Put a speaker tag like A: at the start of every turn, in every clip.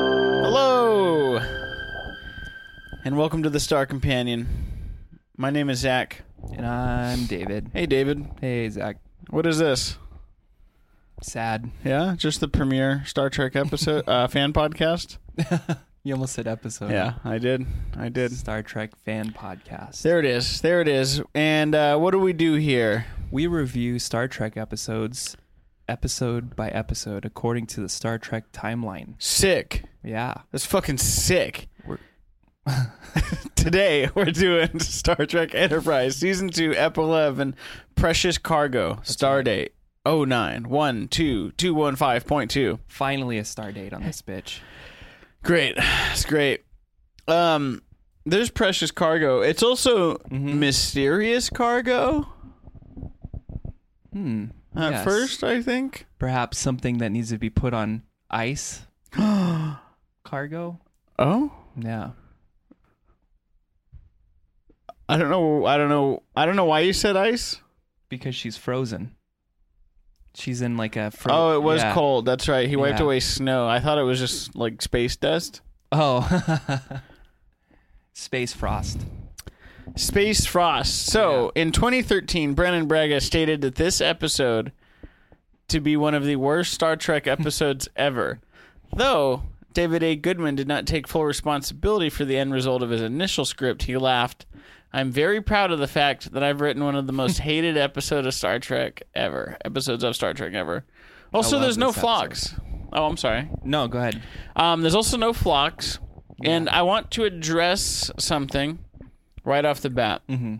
A: Hello, and welcome to the Star Companion. My name is Zach.
B: And I'm David.
A: Hey, David.
B: Hey, Zach.
A: What is this?
B: Sad.
A: Yeah, just the premiere Star Trek episode uh, fan podcast.
B: You almost said episode.
A: Yeah, I did. I did.
B: Star Trek fan podcast.
A: There it is. There it is. And uh, what do we do here?
B: We review Star Trek episodes episode by episode according to the Star Trek timeline.
A: Sick.
B: Yeah.
A: That's fucking sick.
B: We're-
A: Today we're doing Star Trek Enterprise Season 2 Ep 11 Precious Cargo oh Stardate 09 12215.2.
B: Finally a star date on this bitch.
A: Great. It's great. Um there's precious cargo. It's also
B: Mm-hmm.
A: mysterious cargo
B: Hmm.
A: at
B: Yes.
A: Uh, first, I think.
B: Perhaps something that needs to be put on ice. Cargo?
A: Oh?
B: Yeah.
A: I don't know. I don't know. I don't know why you said ice.
B: Because she's frozen. She's in like a fro-
A: oh, it was
B: yeah.
A: cold. That's right. He wiped
B: Yeah.
A: away snow. I thought it was just like space dust.
B: Oh. Space frost.
A: Space frost. So, in 2013, Brennan Braga stated that this episode to be one of the worst Star Trek episodes ever. Though David A. Goodman did not take full responsibility for the end result of his initial script, he laughed. I'm very proud of the fact that I've written one of the most hated episode of Star Trek ever. Episodes of Star Trek ever. Also,
B: love
A: there's no
B: this episode.
A: flocks. Oh, I'm sorry.
B: No, go ahead.
A: Um, there's also no flocks, and I want to address something right off the bat. Mm-hmm.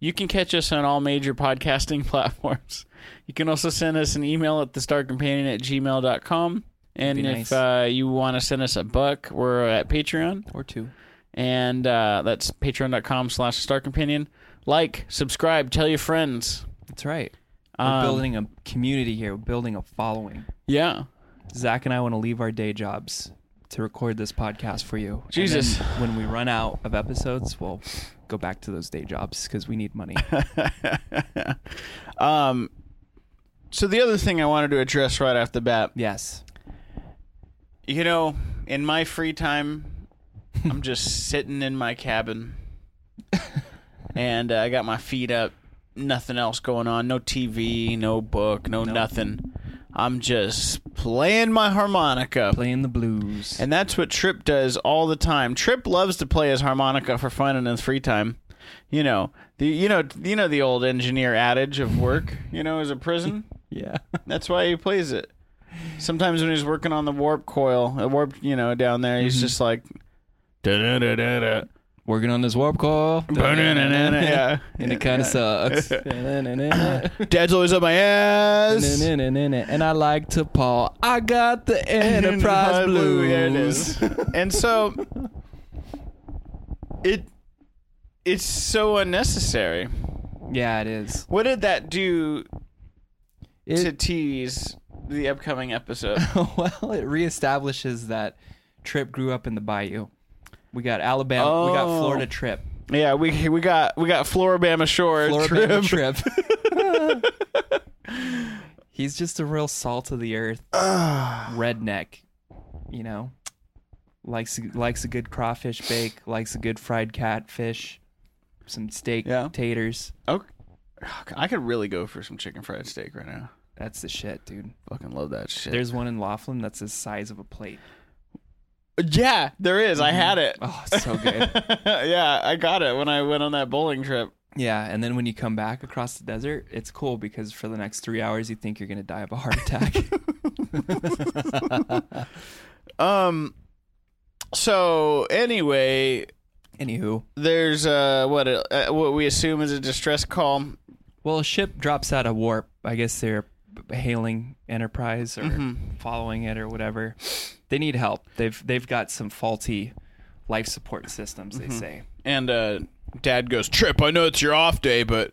A: You can catch us on all major podcasting platforms. You can also send us an email at thestarcompanion at gmail.com. And
B: Be
A: if
B: nice.
A: uh, you want to send us a buck, we're at Patreon
B: Or two.
A: and uh, that's patreon.com slash star companion like subscribe tell your friends
B: That's right.
A: Um,
B: We're building a community here. We're building a following.
A: yeah
B: Zach and I want to leave our day jobs to record this podcast for you. And
A: Jesus.
B: then when we run out of episodes, we'll go back to those day jobs because we need money.
A: um so the other thing i wanted to address right off the bat
B: yes.
A: you know in my free time i'm just sitting in my cabin and uh, i got my feet up nothing else going on no tv no book no nothing i'm just playing my harmonica
B: Playing the blues.
A: And that's what Trip does all the time. Trip loves to play his harmonica for fun in his free time. You know, the you know you know the old engineer adage of work, you know, is a prison.
B: yeah.
A: That's why he plays it. Sometimes when he's working on the warp coil, a warp, you know, down there, he's just like Mm-hmm. "Da-da-da-da-da,
B: Working on this warp coil.
A: ba-da-da-da-da," yeah.
B: And it kind of sucks.
A: Dad's always up my ass.
B: and I like to Paul. I got the
A: High
B: Enterprise
A: blue,
B: blues.
A: yeah, it is. and so it it's so unnecessary.
B: Yeah, it is.
A: What did that do
B: It-
A: to tease the upcoming episode.
B: well, it reestablishes that Trip grew up in the Bayou. We got Alabama. We got
A: Oh.
B: Florida Trip.
A: yeah, we we got we got Floribama Shore
B: Florida
A: trip.
B: Trip. He's just a real salt of the earth redneck. You know, likes likes a good crawfish bake. Likes a good fried catfish. Some steak
A: Yeah.
B: taters.
A: Oh, I could really go for some chicken fried steak right now.
B: That's the shit, dude.
A: Fucking love that shit.
B: There's one in Laughlin that's the size of a plate.
A: yeah, there is. I had it.
B: Oh, it's so good.
A: yeah, I got it when I went on that bowling trip.
B: yeah, and then when you come back across the desert, it's cool because for the next three hours, you think you're gonna die of a heart attack.
A: Um. So anyway,
B: Anywho,
A: there's uh what uh, what we assume is a distress call.
B: well, a ship drops out of warp. I guess they're hailing Enterprise or following it or whatever. They need help. They've they've got some faulty life support systems. They say.
A: And uh, dad goes, Trip, I know it's your off day, but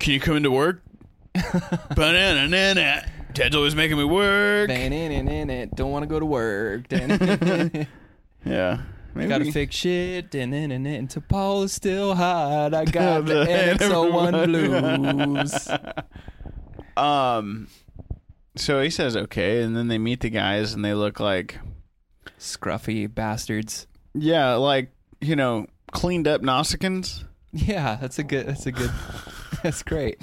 A: can you come into work? Banana, nana. Dad's always making me work.
B: Don't want to go to work.
A: Yeah. Maybe.
B: Gotta fix shit. And then and then to Paul is still hot. I got the
A: The
B: NX01 blues.
A: Um, so he says, okay. And then they meet the guys and they look like,
B: Scruffy bastards.
A: yeah, like, you know, cleaned up Nausicaans.
B: Yeah, that's a good. That's a good. That's great.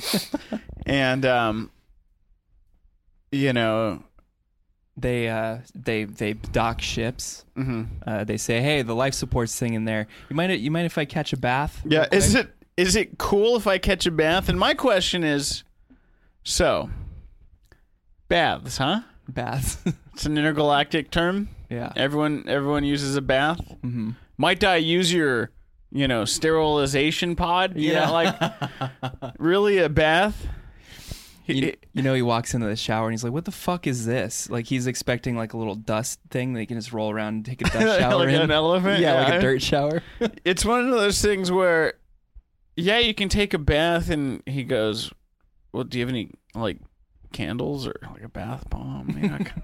A: And, um, you know,
B: they uh they they dock ships.
A: mhm.
B: Uh, they say, "Hey, the life support's thing in there. You mind? You mind if I catch a bath?"
A: yeah,
B: real quick?"
A: is it is it cool if I catch a bath? And my question is, so baths, huh?
B: baths?
A: It's an intergalactic term.
B: yeah.
A: Everyone everyone uses a bath.
B: Mm-hmm.
A: Might I use your, you know, sterilization pod? You
B: Yeah.
A: know, like really a bath?
B: You, you know, he walks into the shower and he's like, "What the fuck is this?" Like he's expecting like a little dust thing that he can just roll around and take a dust shower
A: Like
B: in.
A: an elephant?
B: Yeah, like
A: Yeah.
B: a dirt shower.
A: It's one of those things where yeah, you can take a bath and he goes, "Well, do you have any like candles or like a bath bomb?" You know, I kinda-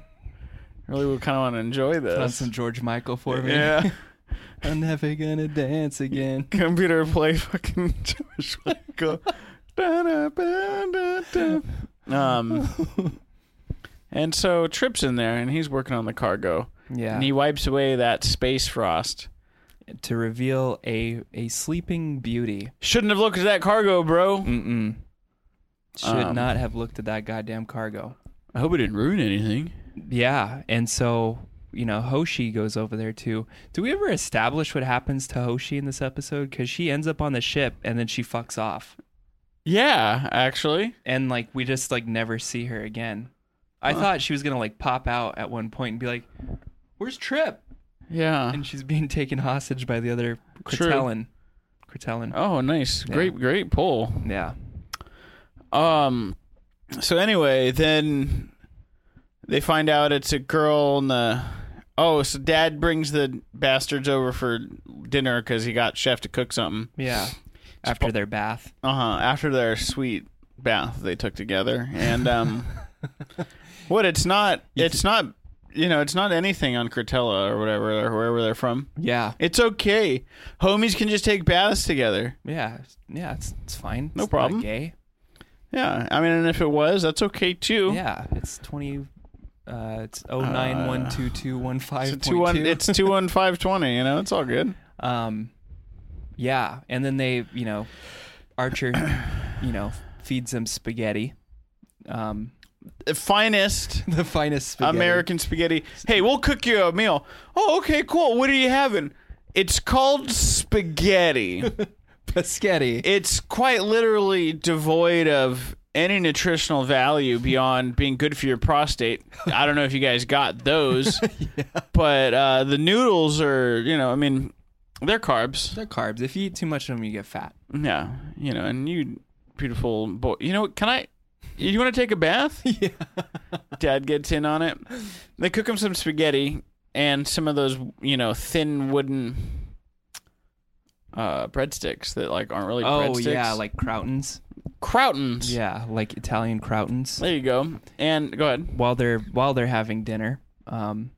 A: really would kind of want to enjoy
B: Put on
A: this.
B: some George Michael for me.
A: yeah.
B: I'm never gonna dance again.
A: computer play fucking George Michael. Da-da-ba-da-da. Um, and so Trip's in there, and he's working on the cargo,
B: Yeah.
A: and he wipes away that space frost.
B: to reveal a a sleeping beauty.
A: Shouldn't have looked at that cargo, bro.
B: Mm-mm. Should
A: Um,
B: not have looked at that goddamn cargo.
A: I hope it didn't ruin anything.
B: Yeah, and so you know Hoshi goes over there too. Do we ever establish what happens to Hoshi in this episode? Because she ends up on the ship and then she fucks off,
A: Yeah, actually,
B: and like we just like never see her again. I thought she was gonna like pop out at one point and be like, "Where's Trip?"
A: yeah.
B: And she's being taken hostage by the other
A: True.
B: Cretellan. Cretellan.
A: Oh, nice, great, great pull.
B: Yeah.
A: Um, so anyway, then they find out it's a girl and the. Oh, so dad brings the bastards over for dinner because he got chef to cook something.
B: Yeah. After their bath.
A: Uh huh. After their sweet bath they took together, and um, what it's not, it's not, you know, it's not anything on Cratella or whatever or wherever they're from.
B: Yeah.
A: It's okay. Homies can just take baths together.
B: Yeah. Yeah. It's it's fine.
A: No
B: It's not
A: problem.
B: Gay.
A: Yeah, I mean, and if it was, that's okay too.
B: Yeah, it's twenty. Uh, it's oh nine one two two one
A: It's a
B: five
A: two
B: point
A: one.
B: two.
A: It's two one five twenty. You know, it's all good.
B: um, yeah, and then they, you know, Archer, you know, feeds them spaghetti, um,
A: finest
B: the finest spaghetti.
A: American spaghetti. Hey, we'll cook you a meal. Oh, okay, cool. What are you having? It's called spaghetti.
B: spaghetti.
A: it's quite literally devoid of any nutritional value beyond being good for your prostate. I don't know if you guys got those, but uh, the noodles are, you know, I mean, they're carbs.
B: They're carbs. If you eat too much of them, you get fat.
A: Yeah, you know, and you beautiful boy. You know, what, can I? You want to take a bath? Yeah. Dad gets in on it. They cook him some spaghetti and some of those, you know, thin wooden uh breadsticks that like aren't really
B: Oh
A: breadsticks.
B: yeah, like croutons.
A: Croutons.
B: Yeah, like Italian croutons.
A: There you go. And go ahead.
B: While they're while they're having dinner, um,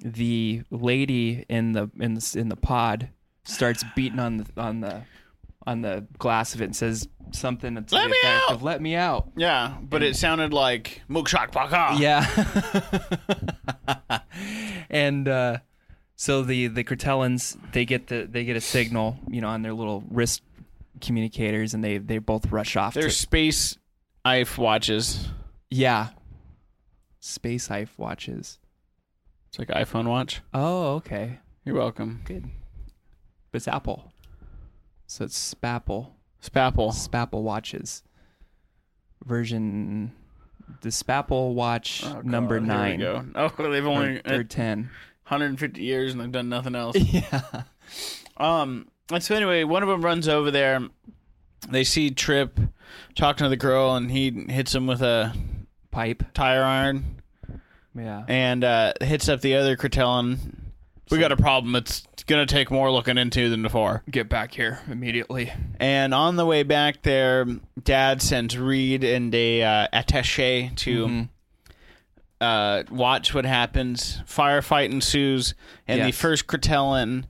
B: the lady in the in the, in the pod starts beating on the on the on the glass of it and says something to
A: Let
B: the
A: me
B: effect
A: out!
B: of "Let me out."
A: Yeah, but it sounded like Mookshock Paka.
B: Yeah. and uh, so the the Cortellans they get the they get a signal, you know, on their little wrist communicators, and they they both rush off.
A: They're
B: to-
A: space IF watches.
B: yeah. Space Hive watches.
A: It's like iPhone watch.
B: Oh, okay,
A: You're welcome.
B: good. But it's Apple, so it's Spapple.
A: Spapple.
B: Spapple watches. Version, the Spapple watch number
A: Oh, God,
B: nine
A: Here we go. Oh, they've
B: or-
A: only
B: or
A: uh,
B: ten.
A: 150 years and they've done nothing else.
B: Yeah.
A: Um. And so anyway, one of them runs over there. They see Trip talking to the girl, and he hits him with a
B: Pipe.
A: tire iron
B: Yeah.
A: and uh, hits up the other Cretellan. We got a problem. It's gonna take more looking into than before.
B: get back here immediately.
A: And on the way back there, Dad sends Reed and a uh, attaché to
B: Mm-hmm.
A: uh, watch what happens. Firefight ensues, and the
B: Yes.
A: first Cretellan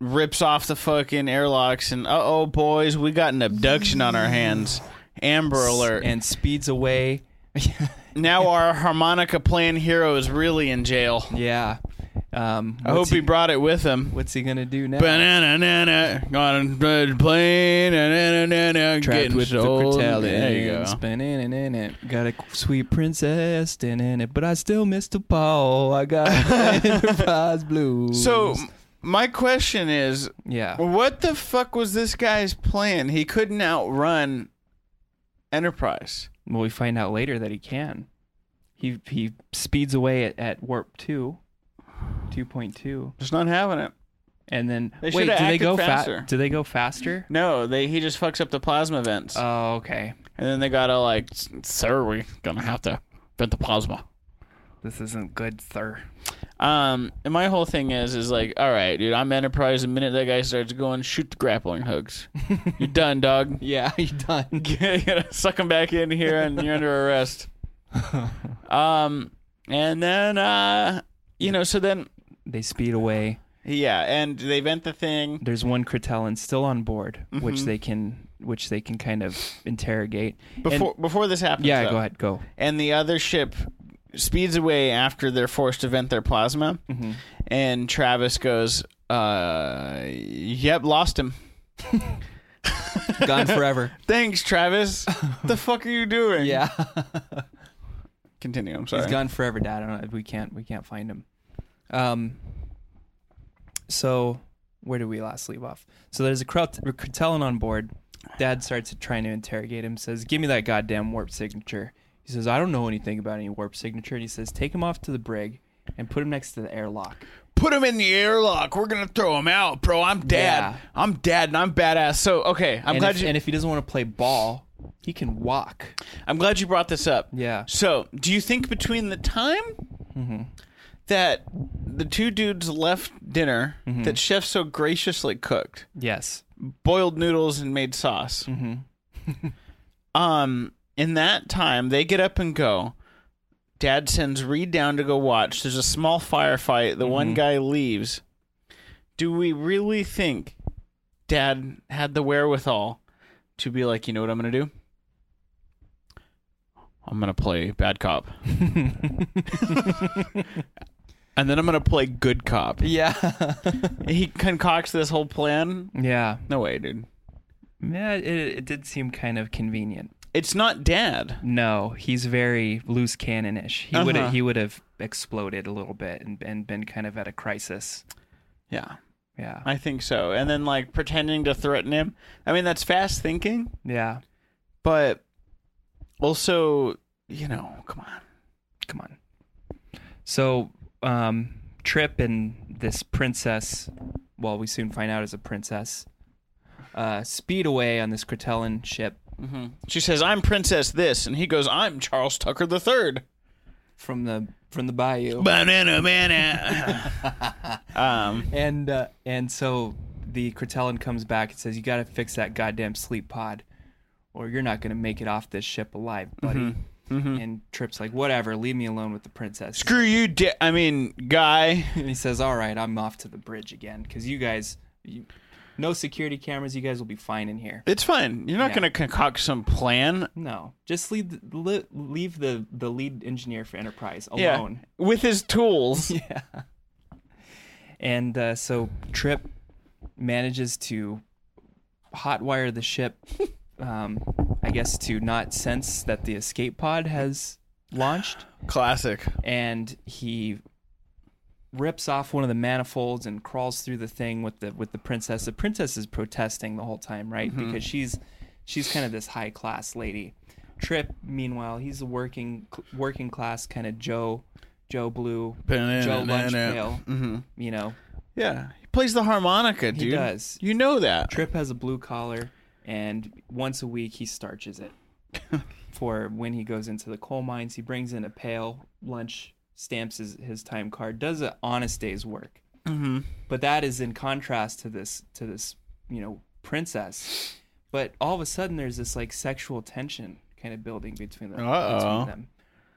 A: rips off the fucking airlocks. And uh oh, boys, we got an abduction on our hands. Amber alert.
B: and speeds away.
A: now our harmonica playing hero is really in jail.
B: yeah. Um,
A: I hope
B: what's
A: he brought it with him.
B: What's he gonna do now?
A: Banana, nana, on a plane, nana, nana,
B: Trapped
A: getting
B: with the
A: sold.
B: Cortellans.
A: There you go.
B: Banana-na-na. Got a sweet princess in it, but I still miss the Paul. I got Enterprise Blues.
A: So m- my question is,
B: yeah,
A: what the fuck was this guy's plan? He couldn't outrun Enterprise.
B: well, we find out later that he can. He he speeds away at, at warp two, two point two,
A: Just not having it.
B: and then
A: They
B: wait, do
A: shoulda
B: they
A: acted
B: go
A: faster.
B: fast? Do they go faster?
A: No, they he just fucks up the plasma vents,
B: Oh, okay.
A: and then they gotta like, sir, we're gonna have to vent the plasma.
B: This isn't good, sir.
A: Um, and my whole thing is, is like, all right, dude, I'm Enterprise. The minute that guy starts going, shoot the grappling hooks. You're done, dog.
B: Yeah, you done.
A: you know, suck him back in here, and you're under arrest. Um, and then, uh, you know, so then
B: They speed away.
A: Yeah, and they vent the thing.
B: There's one Cretellan still on board,
A: Mm-hmm.
B: which they can which they can kind of interrogate. And-
A: Before before this happens.
B: yeah,
A: though.
B: go ahead, go.
A: And the other ship speeds away after they're forced to vent their plasma.
B: Mm-hmm.
A: And Travis goes, uh, yep, lost him.
B: Gone forever.
A: Thanks, Travis. the fuck are you doing?
B: yeah,
A: Continue, I'm sorry.
B: he's gone forever, Dad. I don't know. We can't we can't find him. Um. So where did we last leave off? So there's a Cret- Cretellan on board. Dad starts trying to interrogate him. Says, "Give me that goddamn warp signature." He says, "I don't know anything about any warp signature." And he says, "Take him off to the brig and put him next to the airlock."
A: Put him in the airlock. We're going to throw him out, bro. I'm dad.
B: Yeah.
A: I'm dad and I'm badass. So, okay, I'm
B: and,
A: glad
B: if,
A: you
B: and if he doesn't want to play ball, he can walk.
A: I'm glad you brought this up.
B: Yeah. Mm-hmm.
A: So, do you think between the time that the two dudes left dinner
B: Mm-hmm.
A: that Chef so graciously cooked,
B: Yes.
A: boiled noodles and made sauce, um, in that time they get up and go. Dad sends Reed down to go watch. There's a small firefight. The one guy leaves. Do we really think Dad had the wherewithal to be like, you know what I'm gonna do? I'm gonna play bad cop, and then I'm gonna play good cop.
B: Yeah.
A: He concocts this whole plan.
B: yeah.
A: No way, dude.
B: Yeah, it, it did seem kind of convenient.
A: It's not Dad.
B: No, he's very loose cannonish. He would
A: Uh-huh.
B: he would have exploded a little bit and, and been kind of at a crisis.
A: Yeah.
B: Yeah.
A: I think so. And then like pretending to threaten him. I mean, that's fast thinking,
B: yeah.
A: but also, you know, come on.
B: Come on. So, um, Trip and this princess, well, we soon find out is a princess, uh, speed away on this Cretellan ship
A: She says, "I'm Princess this," and he goes, "I'm Charles Tucker the Third.
B: from the from the bayou.
A: Banana, banana. um,
B: And uh, and so the Cretellan comes back and says, "You got to fix that goddamn sleep pod, or you're not going to make it off this ship alive, buddy. And Trip's like, whatever, leave me alone with the princess.
A: Mm-hmm. Screw you, di- I mean, guy.
B: And he says, all right, I'm off to the bridge again because you guys, you, no security cameras, you guys will be fine in here.
A: It's fine. You're not
B: Yeah.
A: gonna concoct some plan.
B: No, just leave the, le- leave the, the lead engineer for Enterprise alone.
A: Yeah, with his tools.
B: And uh, so Trip manages to hotwire the ship, um, I guess, to not sense that the escape pod has launched.
A: Classic.
B: And he rips off one of the manifolds and crawls through the thing with the with the princess. The princess is protesting the whole time, right? Because she's she's kind of this high class lady. Trip, meanwhile, he's a working working class kind of Joe Joe Blue Joe Lunchpail, you know,
A: Yeah, he plays the harmonica, dude.
B: does.
A: You know that.
B: Trip has a blue collar, and once a week he starches it for when he goes into the coal mines. He brings in a pail, lunch, stamps his, his time card, does an honest day's work. Mm-hmm. But that is in contrast to this to this you know princess. But all of a sudden, there's this like sexual tension kind of building between them,
A: Uh-oh.
B: between them,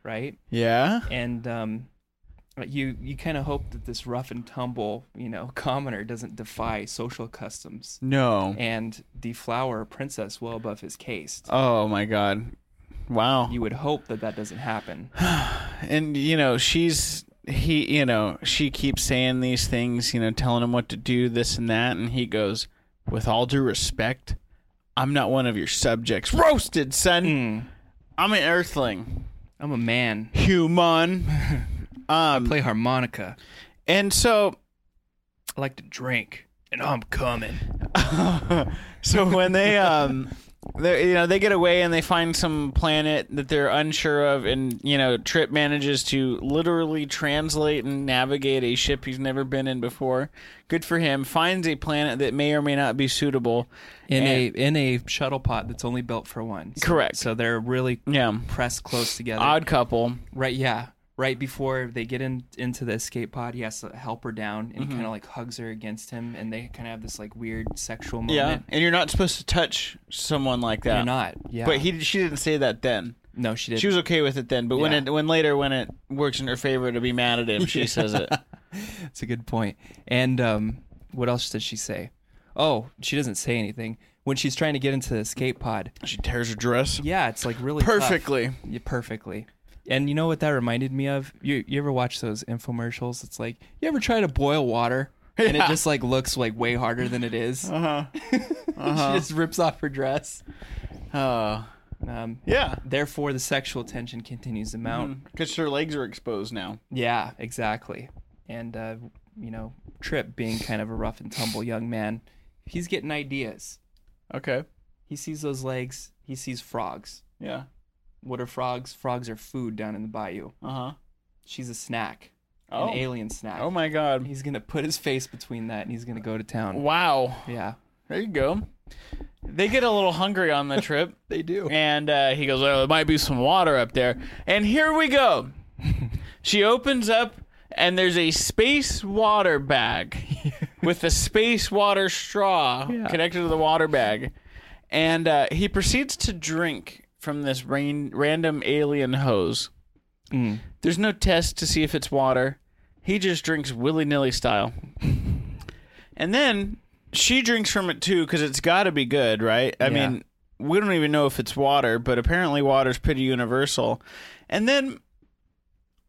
B: right?
A: Yeah.
B: and um, you you kind of hope that this rough and tumble, you know, commoner doesn't defy social customs
A: No.
B: and deflower a princess well above his caste.
A: Oh my god. Wow.
B: You would hope that that doesn't happen.
A: and you know she's he you know she keeps saying these things you know telling him what to do this and that and he goes with all due respect i'm not one of your subjects roasted son i'm an earthling
B: I'm a man.
A: human Um,
B: I play harmonica.
A: and so
B: I like to drink, and I'm coming.
A: so when they um they you know they get away and they find some planet that they're unsure of and you know trip manages to literally translate and navigate a ship he's never been in before good for him finds a planet that may or may not be suitable
B: In a in a shuttle pod that's only built for one. So-
A: Correct.
B: So they're really
A: yeah
B: pressed close together.
A: odd couple
B: Right, yeah. Right before they get in into the escape pod, he has to help her down
A: Mm-hmm.
B: and kind of like hugs her against him, and they kind of have this like weird sexual
A: yeah
B: moment.
A: and you're not supposed to touch someone like that
B: You're not. Yeah.
A: but he she didn't say that then
B: no, she didn't.
A: she was okay with it then but when
B: Yeah.
A: it when later when it works in her favor to be mad at him she says it
B: That's a good point. And um, what else does she say? Oh, she doesn't say anything when she's trying to get into the escape pod.
A: she tears her dress
B: Yeah, it's like really tough.
A: perfectly
B: Yeah, perfectly. And you know what that reminded me of? You you ever watch those infomercials? It's like you ever try to boil water and it just like looks like way harder than it is. Uh-huh. she just rips off her dress.
A: oh
B: Um,
A: yeah
B: Therefore, the sexual tension continues to mount.
A: Because her legs are exposed now.
B: Yeah, exactly. And uh, you know, Trip being kind of a rough and tumble young man, he's getting ideas.
A: Okay.
B: He sees those legs. He sees frogs.
A: Yeah.
B: What are frogs? Frogs are food down in the bayou.
A: Uh huh.
B: She's a snack,
A: Oh.
B: an alien snack.
A: Oh my God.
B: He's gonna put his face between that, and he's gonna go to town.
A: Wow.
B: Yeah,
A: There you go. They get a little hungry on the trip.
B: they do.
A: And uh, he goes, Oh, there might be some water up there. And here we go. she opens up, and there's a space water bag with a space water straw connected to the water bag. And uh, he proceeds to drink from this rain- random alien hose.
B: Mm.
A: There's no test to see if it's water. He just drinks willy nilly style. and then she drinks from it too because it's got to be good, right? I
B: Yeah.
A: mean, we don't even know if it's water, but apparently water's pretty universal. And then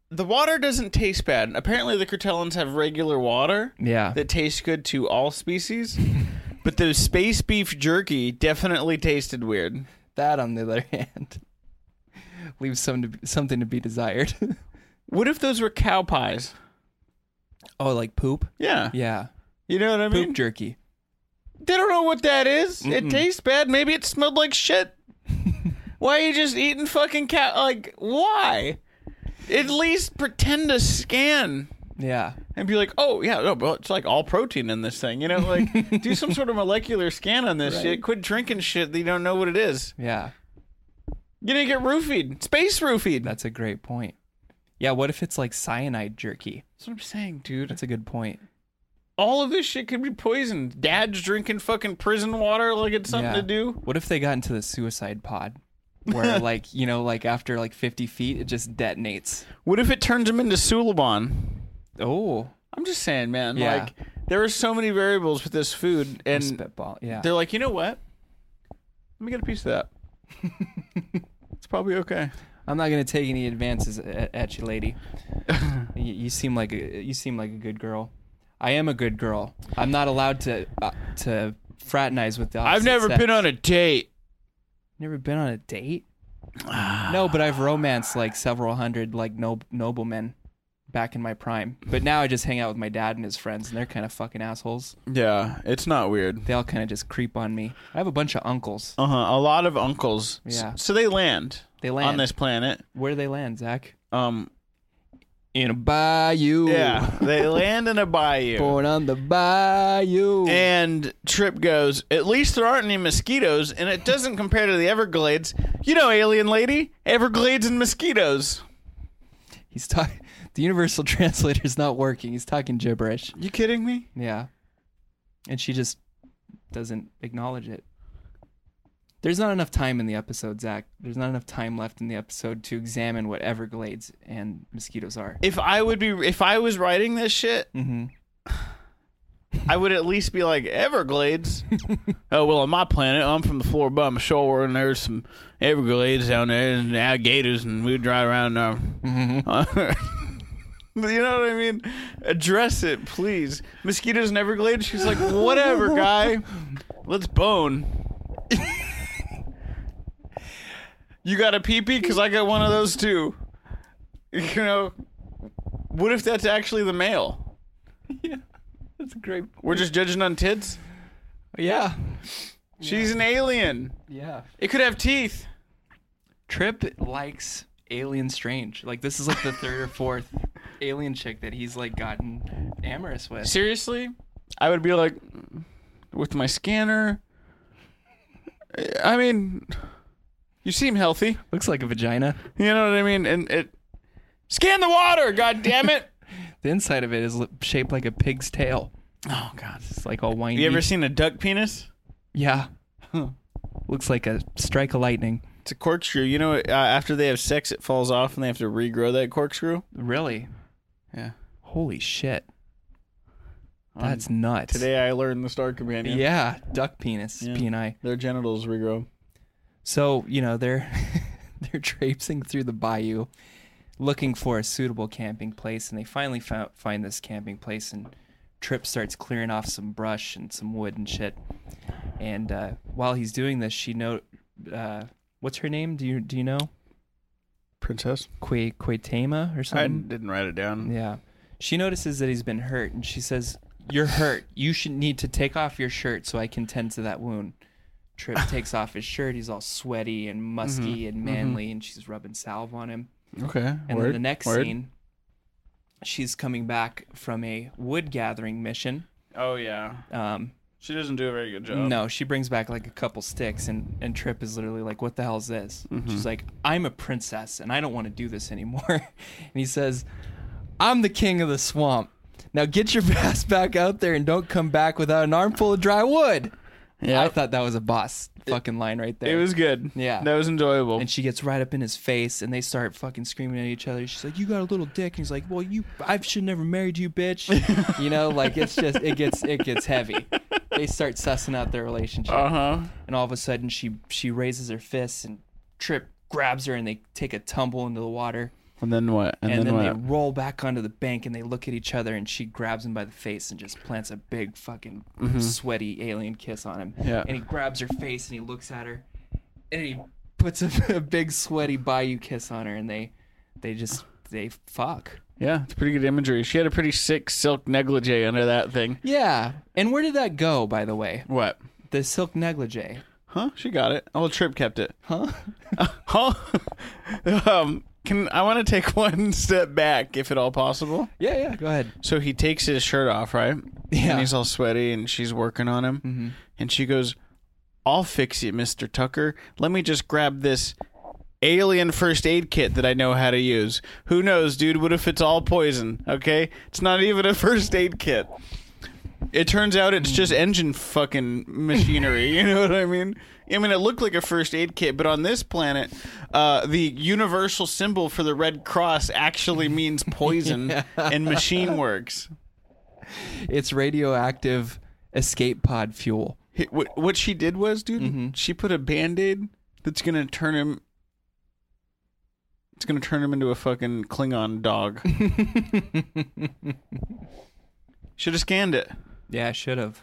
A: the water doesn't taste bad. Apparently, the Cortellans have regular water
B: Yeah,
A: that tastes good to all species. But the space beef jerky definitely tasted weird.
B: that on the other hand leaves some to be, something to be desired.
A: What if those were cow pies?
B: oh, like poop?
A: Yeah.
B: Yeah,
A: You know what I mean?
B: poop jerky.
A: They don't know what that is. It tastes bad. Maybe it smelled like shit. why are you just eating fucking cat? Like, why? At least pretend to scan
B: Yeah.
A: and be like, oh, yeah, no, but it's like all protein in this thing. You know, like, do some sort of molecular scan on this shit. Quit drinking shit that you don't know what it is.
B: Yeah,
A: You're going to get roofied, space roofied.
B: that's a great point. Yeah, what if it's like cyanide jerky?
A: That's what I'm saying, dude.
B: That's a good point.
A: all of this shit could be poisoned. Dad's drinking fucking prison water like it's something
B: Yeah.
A: to do.
B: What if they got into the suicide pod? Where like you know like after like 50 feet it just detonates.
A: What if it turns him into Suliban?
B: Oh,
A: I'm just saying, man.
B: Yeah.
A: Like there are so many variables with this food, and
B: spitball. Yeah.
A: they're like, you know what? Let me get a piece of that. it's probably okay.
B: I'm not gonna take any advances at, at you, lady. you, you seem like a, you seem like a good girl. I am a good girl. I'm not allowed to uh, to fraternize with the.
A: I've
B: opposite
A: never
B: sex.
A: been on a date.
B: Never been on a date. no, but I've romanced like several hundred like no, noblemen back in my prime. But now I just hang out with my dad and his friends, and they're kind of fucking assholes.
A: Yeah, it's not weird.
B: They all kind of just creep on me. I have a bunch of uncles.
A: Uh huh. A lot of uncles. S-
B: Yeah.
A: So they land.
B: They land.
A: on this planet.
B: Where do they land, Zach?
A: Um.
B: In a bayou.
A: Yeah. they land in a bayou.
B: Born on the bayou.
A: And Trip goes, At least there aren't any mosquitoes, and it doesn't compare to the Everglades. You know, alien lady, Everglades and mosquitoes.
B: He's talking. The universal translator's not working. He's talking gibberish.
A: You kidding me?
B: Yeah. And she just doesn't acknowledge it. There's not enough time in the episode, Zach. There's not enough time left in the episode to examine what Everglades and mosquitoes are.
A: If I would be, if I was writing this shit,
B: Mm-hmm.
A: I would at least be like Everglades. oh well, on my planet, I'm from the Florida my shore, and there's some Everglades down there, and alligators, and we drive around. Our, you know what I mean? Address it, please. Mosquitoes and Everglades. She's like, whatever, guy. Let's bone. you got a peepee? Cause I got one of those too. You know, what if that's actually the male?
B: That's a great.
A: We're just judging on tits.
B: Yeah.
A: She's an alien.
B: Yeah.
A: It could have teeth.
B: Trip likes Alien Strange. Like, this is like the third or fourth alien chick that he's like gotten amorous with.
A: Seriously? I would be like, with my scanner. I mean, you seem healthy.
B: Looks like a vagina.
A: You know what I mean? And it. Scan the water, god damn it!
B: The inside of it is li- shaped like a pig's tail.
A: oh, God.
B: It's like all windy.
A: You ever seen a duck penis?
B: Yeah. Looks like a strike of lightning.
A: It's a corkscrew. You know, uh, after they have sex, it falls off and they have to regrow that corkscrew?
B: Really?
A: Yeah.
B: Holy shit. That's nuts.
A: Today I learned the Star Companion.
B: yeah, duck penis, P and I.
A: Their genitals regrow.
B: So, you know, they're they're traipsing through the bayou looking for a suitable camping place and they finally found, find this camping place and Trip starts clearing off some brush and some wood and shit. And uh, while he's doing this, she know uh, what's her name? Do you do you know?
A: Princess?
B: Que Quetema or
A: I
B: something?
A: didn't write it down.
B: Yeah. She notices that he's been hurt and she says, You're hurt. You should need to take off your shirt so I can tend to that wound. Trip takes off his shirt. He's all sweaty and
A: Mm-hmm.
B: musky and manly, and she's rubbing salve on him.
A: Okay.
B: And then
A: word,
B: the next
A: word.
B: scene, she's coming back from a wood gathering mission.
A: Oh, yeah.
B: Um,
A: She doesn't do a very good job.
B: no, she brings back like a couple sticks, and, and Trip is literally like, What the hell is this?
A: Mm-hmm.
B: She's like, I'm a princess, and I don't want to do this anymore. and he says, I'm the king of the swamp. Now get your ass back out there and don't come back without an armful of dry wood. I thought that was a boss fucking line right there.
A: It was good.
B: Yeah.
A: That was enjoyable.
B: and she gets right up in his face, and they start fucking screaming at each other. She's like, "You got a little dick," and he's like, "Well, you, I should never married you, bitch." you know, like it's just it gets it gets heavy. They start sussing out their relationship
A: uh huh.
B: and all of a sudden she she raises her fists and Trip grabs her and they take a tumble into the water
A: And then what?
B: and, then, they roll back onto the bank and they look at each other and she grabs him by the face and just plants a big fucking sweaty alien kiss on him
A: Yeah.
B: and he grabs her face and he looks at her and he puts a, a big sweaty bayou kiss on her and they they just they fuck
A: yeah, it's pretty good imagery. She had a pretty sick silk negligee under that thing.
B: yeah and where did that go by the way
A: What?
B: the silk negligee
A: Huh? She got it. Oh, Trip kept it. Huh? huh? um, can I want to take one step back, if at all possible?
B: yeah yeah go ahead
A: So he takes his shirt off, right?
B: Yeah. Mm-hmm.
A: And he's all sweaty, and she's working on him, and she goes, "I'll fix it, Mister Tucker. Let me just grab this." Alien first aid kit that I know how to use. Who knows, dude? What if it's all poison? Okay, it's not even a first aid kit. It turns out it's just engine fucking machinery. you know what I mean? I mean, it looked like a first aid kit, but on this planet, uh, the universal symbol for the Red Cross actually means poison and machine works.
B: It's radioactive escape pod fuel.
A: He- What what she did was, dude, she put a band aid that's gonna turn him. It's gonna turn him into a fucking Klingon dog. Should have scanned it.
B: Yeah, I should have.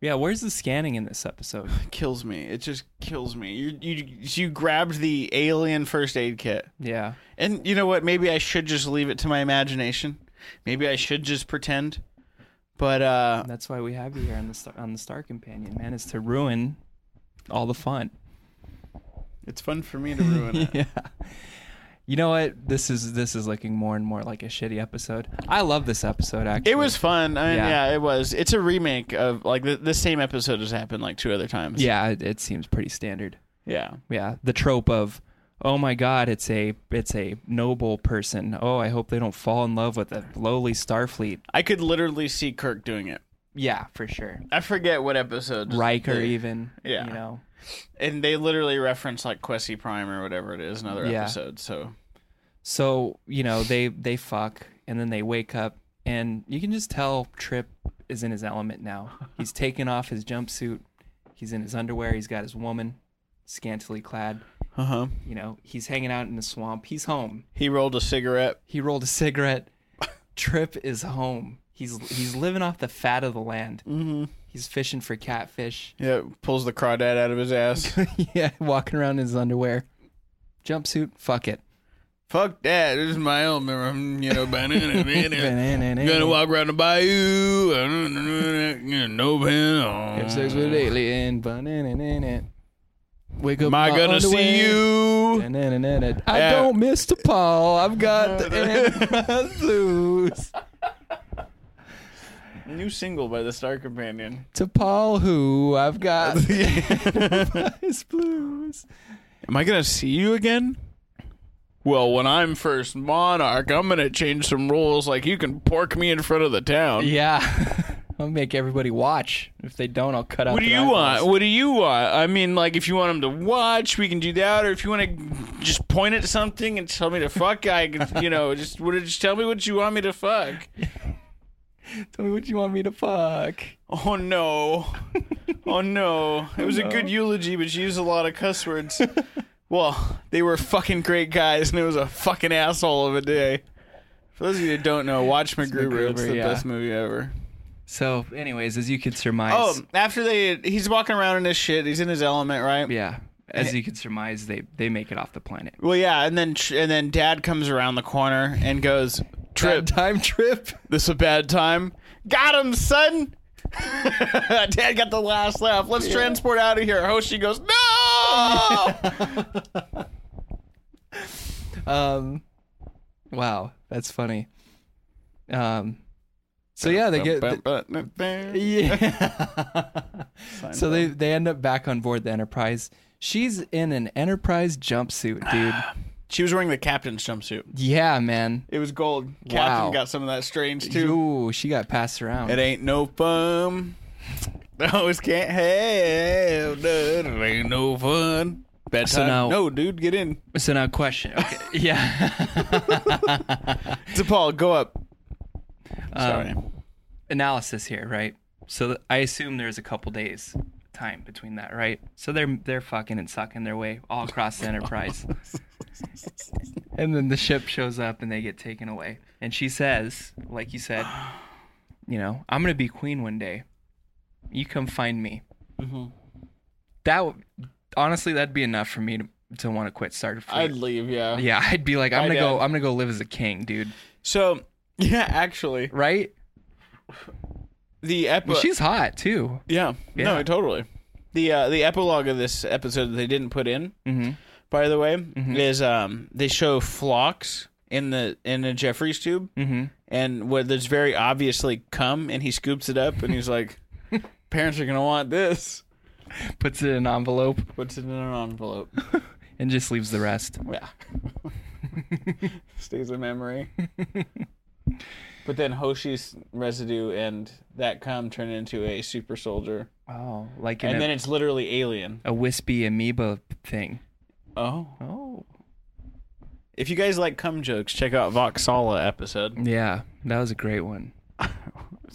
B: Yeah, where's the scanning in this episode?
A: kills me. It just kills me. You you you grabbed the alien first aid kit,
B: Yeah.
A: and you know what? Maybe I should just leave it to my imagination. Maybe I should just pretend. But uh,
B: That's why we have you here on the Star, on the Star Companion, man, is to ruin all the fun.
A: it's fun for me to ruin it.
B: Yeah. You know what? This is this is looking more and more like a shitty episode. I love this episode actually.
A: It was fun. I mean, yeah.
B: Yeah.
A: it was. It's a remake of like the, the same episode has happened like two other times.
B: Yeah, it, it seems pretty standard.
A: yeah.
B: Yeah, the trope of oh my god, it's a it's a noble person. Oh, I hope they don't fall in love with a lowly Starfleet.
A: I could literally see Kirk doing it.
B: Yeah, for sure.
A: I forget what episode
B: Riker
A: they-
B: even.
A: Yeah.
B: You know.
A: and they literally reference like Quessy Prime or whatever it is, another
B: Yeah.
A: episode. So
B: So you know they they fuck and then they wake up and you can just tell Trip is in his element now. He's taken off his jumpsuit. He's in his underwear. He's got his woman, scantily clad.
A: uh huh.
B: You know he's hanging out in the swamp. He's home.
A: He rolled a cigarette.
B: He rolled a cigarette. Trip is home. He's he's living off the fat of the land. Mm-hmm. He's fishing for catfish.
A: Yeah, pulls the crawdad out of his ass.
B: yeah, walking around in his underwear, jumpsuit. Fuck it.
A: Fuck that. This is my element. I'm, you know, banana, banana. Gonna
B: Gonna
A: walk around the bayou. no pan on.
B: Have sex with alien. Ba-na-na-na-na. Wake up.
A: Am I gonna see you?
B: you? I
A: Yeah.
B: don't miss the Paul. I've got the in my blues.
A: New single by the Star Companion.
B: To Paul, who I've got his blues.
A: Am I gonna see you again? Well, when I'm first monarch, I'm gonna change some rules. Like you can pork me in front of the town.
B: Yeah, I'll make everybody watch. If they don't, I'll cut out.
A: What do
B: their
A: you
B: eyeballs.
A: want? What do you want? I mean, like, if you want them to watch, we can do that. Or if you want to just point at something and tell me to fuck, I can, you know, just would just tell me what you want me to fuck.
B: Tell me what you want me to fuck.
A: Oh no, oh no! It was a good eulogy, but she used a lot of cuss words. well, they were fucking great guys, and it was a fucking asshole of a day. For those of you that don't know, watch MacGruber. It's
B: MacGruber,
A: the
B: yeah.
A: best movie ever.
B: So, anyways, as you could surmise,
A: Oh, after they, he's walking around in his shit. He's in his element, right?
B: yeah, as you could surmise, they they make it off the planet.
A: Well, yeah, and then tr- and then Dad comes around the corner and goes, "Trip,
B: time trip.
A: this is a bad time. Got him, son." Dad got the last laugh. Let's transport out of here. Hoshi goes, "No!"
B: Um, wow, that's funny. Um, so yeah, they get yeah. so they they end up back on board the Enterprise. She's in an Enterprise jumpsuit, dude.
A: she was wearing the captain's jumpsuit.
B: yeah, man.
A: It was gold. Captain
B: Wow.
A: got some of that strange too.
B: Ooh, she got passed around.
A: It ain't no fun. Those can't have. none. It ain't no fun. Bedtime.
B: So now-
A: no, dude, get in.
B: so now, question. Okay, yeah.
A: DePaul, go up.
B: Oh,
A: Sorry.
B: Um, analysis here, right? So th- I assume there's a couple days time between that, right? So they're they're fucking and sucking their way all across the Enterprise, and then the ship shows up and they get taken away. And she says, like you said, you know, I'm gonna be queen one day. You come find me. Mm-hmm. That w- honestly, that'd be enough for me to to want to quit Starfleet.
A: I'd leave, yeah.
B: yeah, I'd be like, I'm
A: I'd,
B: gonna go.
A: uh,
B: I'm gonna go live as a king, dude.
A: So, yeah, actually,
B: Right?
A: the
B: Well,
A: epi-
B: she's hot too.
A: yeah, no,
B: Yeah.
A: totally. The uh, the epilogue of this episode that they didn't put in,
B: Mm-hmm.
A: by the way, is um they show flocks in the in a Jeffrey's tube,
B: Mm-hmm.
A: and what there's very obviously cum, and he scoops it up, and he's like, "Parents are gonna want this."
B: puts it in an envelope
A: Puts it in an envelope.
B: and just leaves the rest.
A: Yeah, stays a memory. But then Hoshi's residue and that cum turn into a super soldier,
B: Oh, like in
A: and
B: a,
A: then it's literally alien.
B: a wispy amoeba thing.
A: Oh,
B: Oh,
A: if you guys like cum jokes, check out Voxala episode.
B: yeah, that was a great one.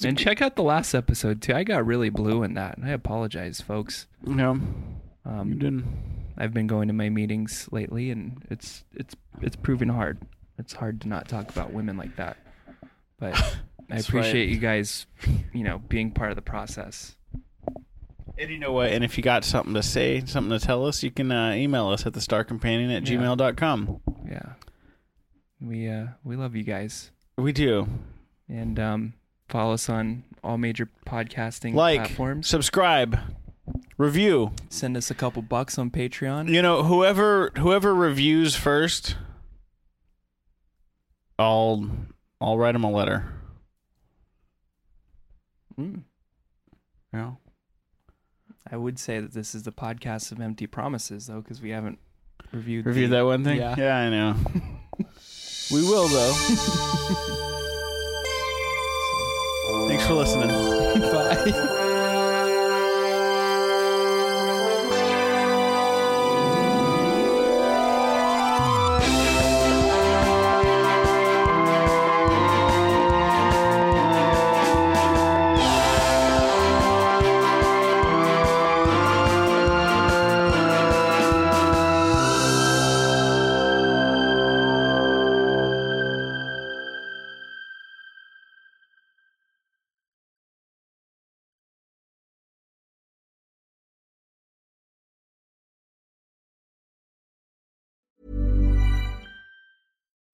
B: and check out the last episode too. I got really blue in that, and I apologize, folks.
A: No,
B: Um,
A: didn't.
B: I've been going to my meetings lately, and it's it's it's proven hard. It's hard to not talk about women like that. But I
A: That's
B: appreciate
A: right.
B: you guys, you know, being part of the process.
A: And you know what? And if you got something to say, something to tell us, you can uh, email us at the Star Companion at
B: Yeah.
A: gmail.com.
B: Yeah, we uh we love you guys,
A: We do.
B: and um follow us on all major podcasting
A: Like,
B: platforms.
A: subscribe, review.
B: Send us a couple bucks on Patreon.
A: You know, whoever whoever reviews first, I'll I'll write them a letter.
B: Mm.
A: Yeah.
B: I would say that this is the podcast of empty promises, though, because we haven't reviewed
A: Review
B: the-
A: that one thing?
B: Yeah.
A: I know. we will though. Thanks for listening.
B: Bye.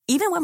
C: Even when